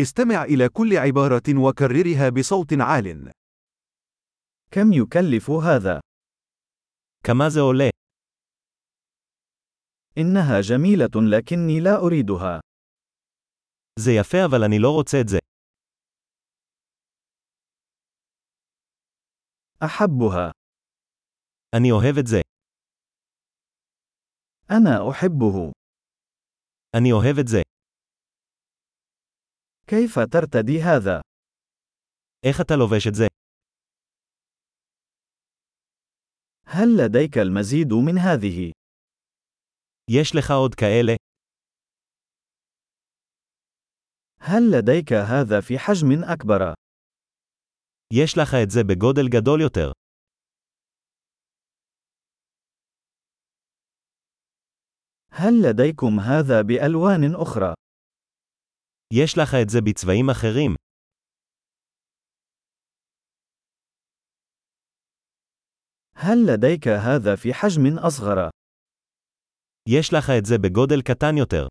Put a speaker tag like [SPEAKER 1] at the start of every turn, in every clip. [SPEAKER 1] استمع إلى كل عبارة وكررها بصوت عال.
[SPEAKER 2] كم يكلف هذا؟
[SPEAKER 3] כמה זה עולה?
[SPEAKER 2] إنها جميلة لكني لا أريدها.
[SPEAKER 3] זה יפה אבל אני לא רוצה את זה.
[SPEAKER 2] أحبها.
[SPEAKER 3] אני אוהב את זה.
[SPEAKER 2] أنا أحبه.
[SPEAKER 3] אני אוהב את זה.
[SPEAKER 2] كيف ترتدي هذا؟
[SPEAKER 3] איך אתה לובש את זה?
[SPEAKER 2] هل لديك المزيد من هذه؟
[SPEAKER 3] יש לך עוד כאלה?
[SPEAKER 2] هل لديك هذا في حجم أكبر؟
[SPEAKER 3] יש לך את זה בגודל גדול יותר.
[SPEAKER 2] هل لديكم هذا بألوان أخرى؟
[SPEAKER 3] יש לך את זה בצבעים אחרים.
[SPEAKER 2] هل لديك هذا في حجم أصغر؟
[SPEAKER 3] יש לך את זה בגודל קטן יותר.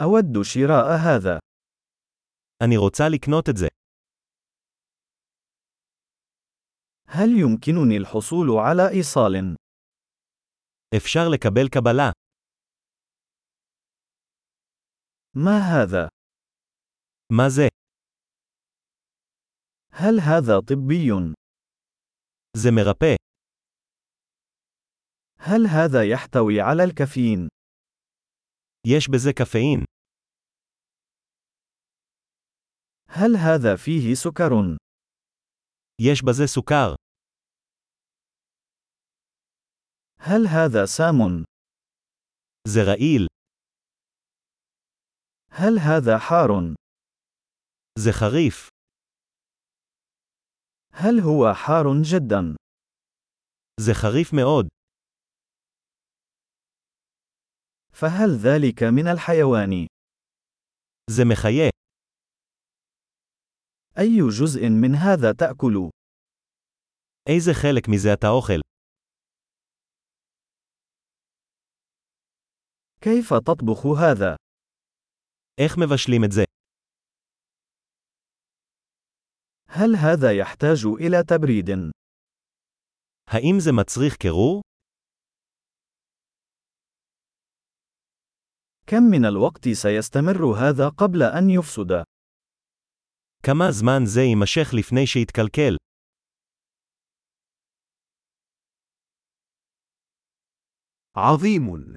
[SPEAKER 2] أود شراء هذا.
[SPEAKER 3] אני רוצה לקנות את זה.
[SPEAKER 2] هل يمكنني الحصول على إيصال؟
[SPEAKER 3] אפשר לקבל קבלה.
[SPEAKER 2] ما هذا؟
[SPEAKER 3] מה זה?
[SPEAKER 2] هل هذا طبي؟
[SPEAKER 3] זה מרפא.
[SPEAKER 2] هل هذا يحتوي على الكافيين؟
[SPEAKER 3] יש בזה קפאין.
[SPEAKER 2] هل هذا فيه سكر؟
[SPEAKER 3] יש בזה סוכר.
[SPEAKER 2] هل هذا سام؟
[SPEAKER 3] זה רעיל.
[SPEAKER 2] هل هذا حار؟
[SPEAKER 3] זה חריף.
[SPEAKER 2] هل هو حار جدا؟
[SPEAKER 3] זה חריף מאוד.
[SPEAKER 2] فهل ذلك من الحيوان؟
[SPEAKER 3] זה מחיה.
[SPEAKER 2] أي جزء من هذا تأكل؟
[SPEAKER 3] איזה חלק מזה אתה אוכל?
[SPEAKER 2] كيف تطبخ هذا؟
[SPEAKER 3] איך מבשלים את זה?
[SPEAKER 2] هل هذا يحتاج إلى تبريد؟
[SPEAKER 3] האם זה מצריך קירור?
[SPEAKER 2] كم من الوقت سيستمر هذا قبل أن يفسد؟
[SPEAKER 3] כמה זמן זה יימשך לפני שיתקלקל?
[SPEAKER 1] عظيم.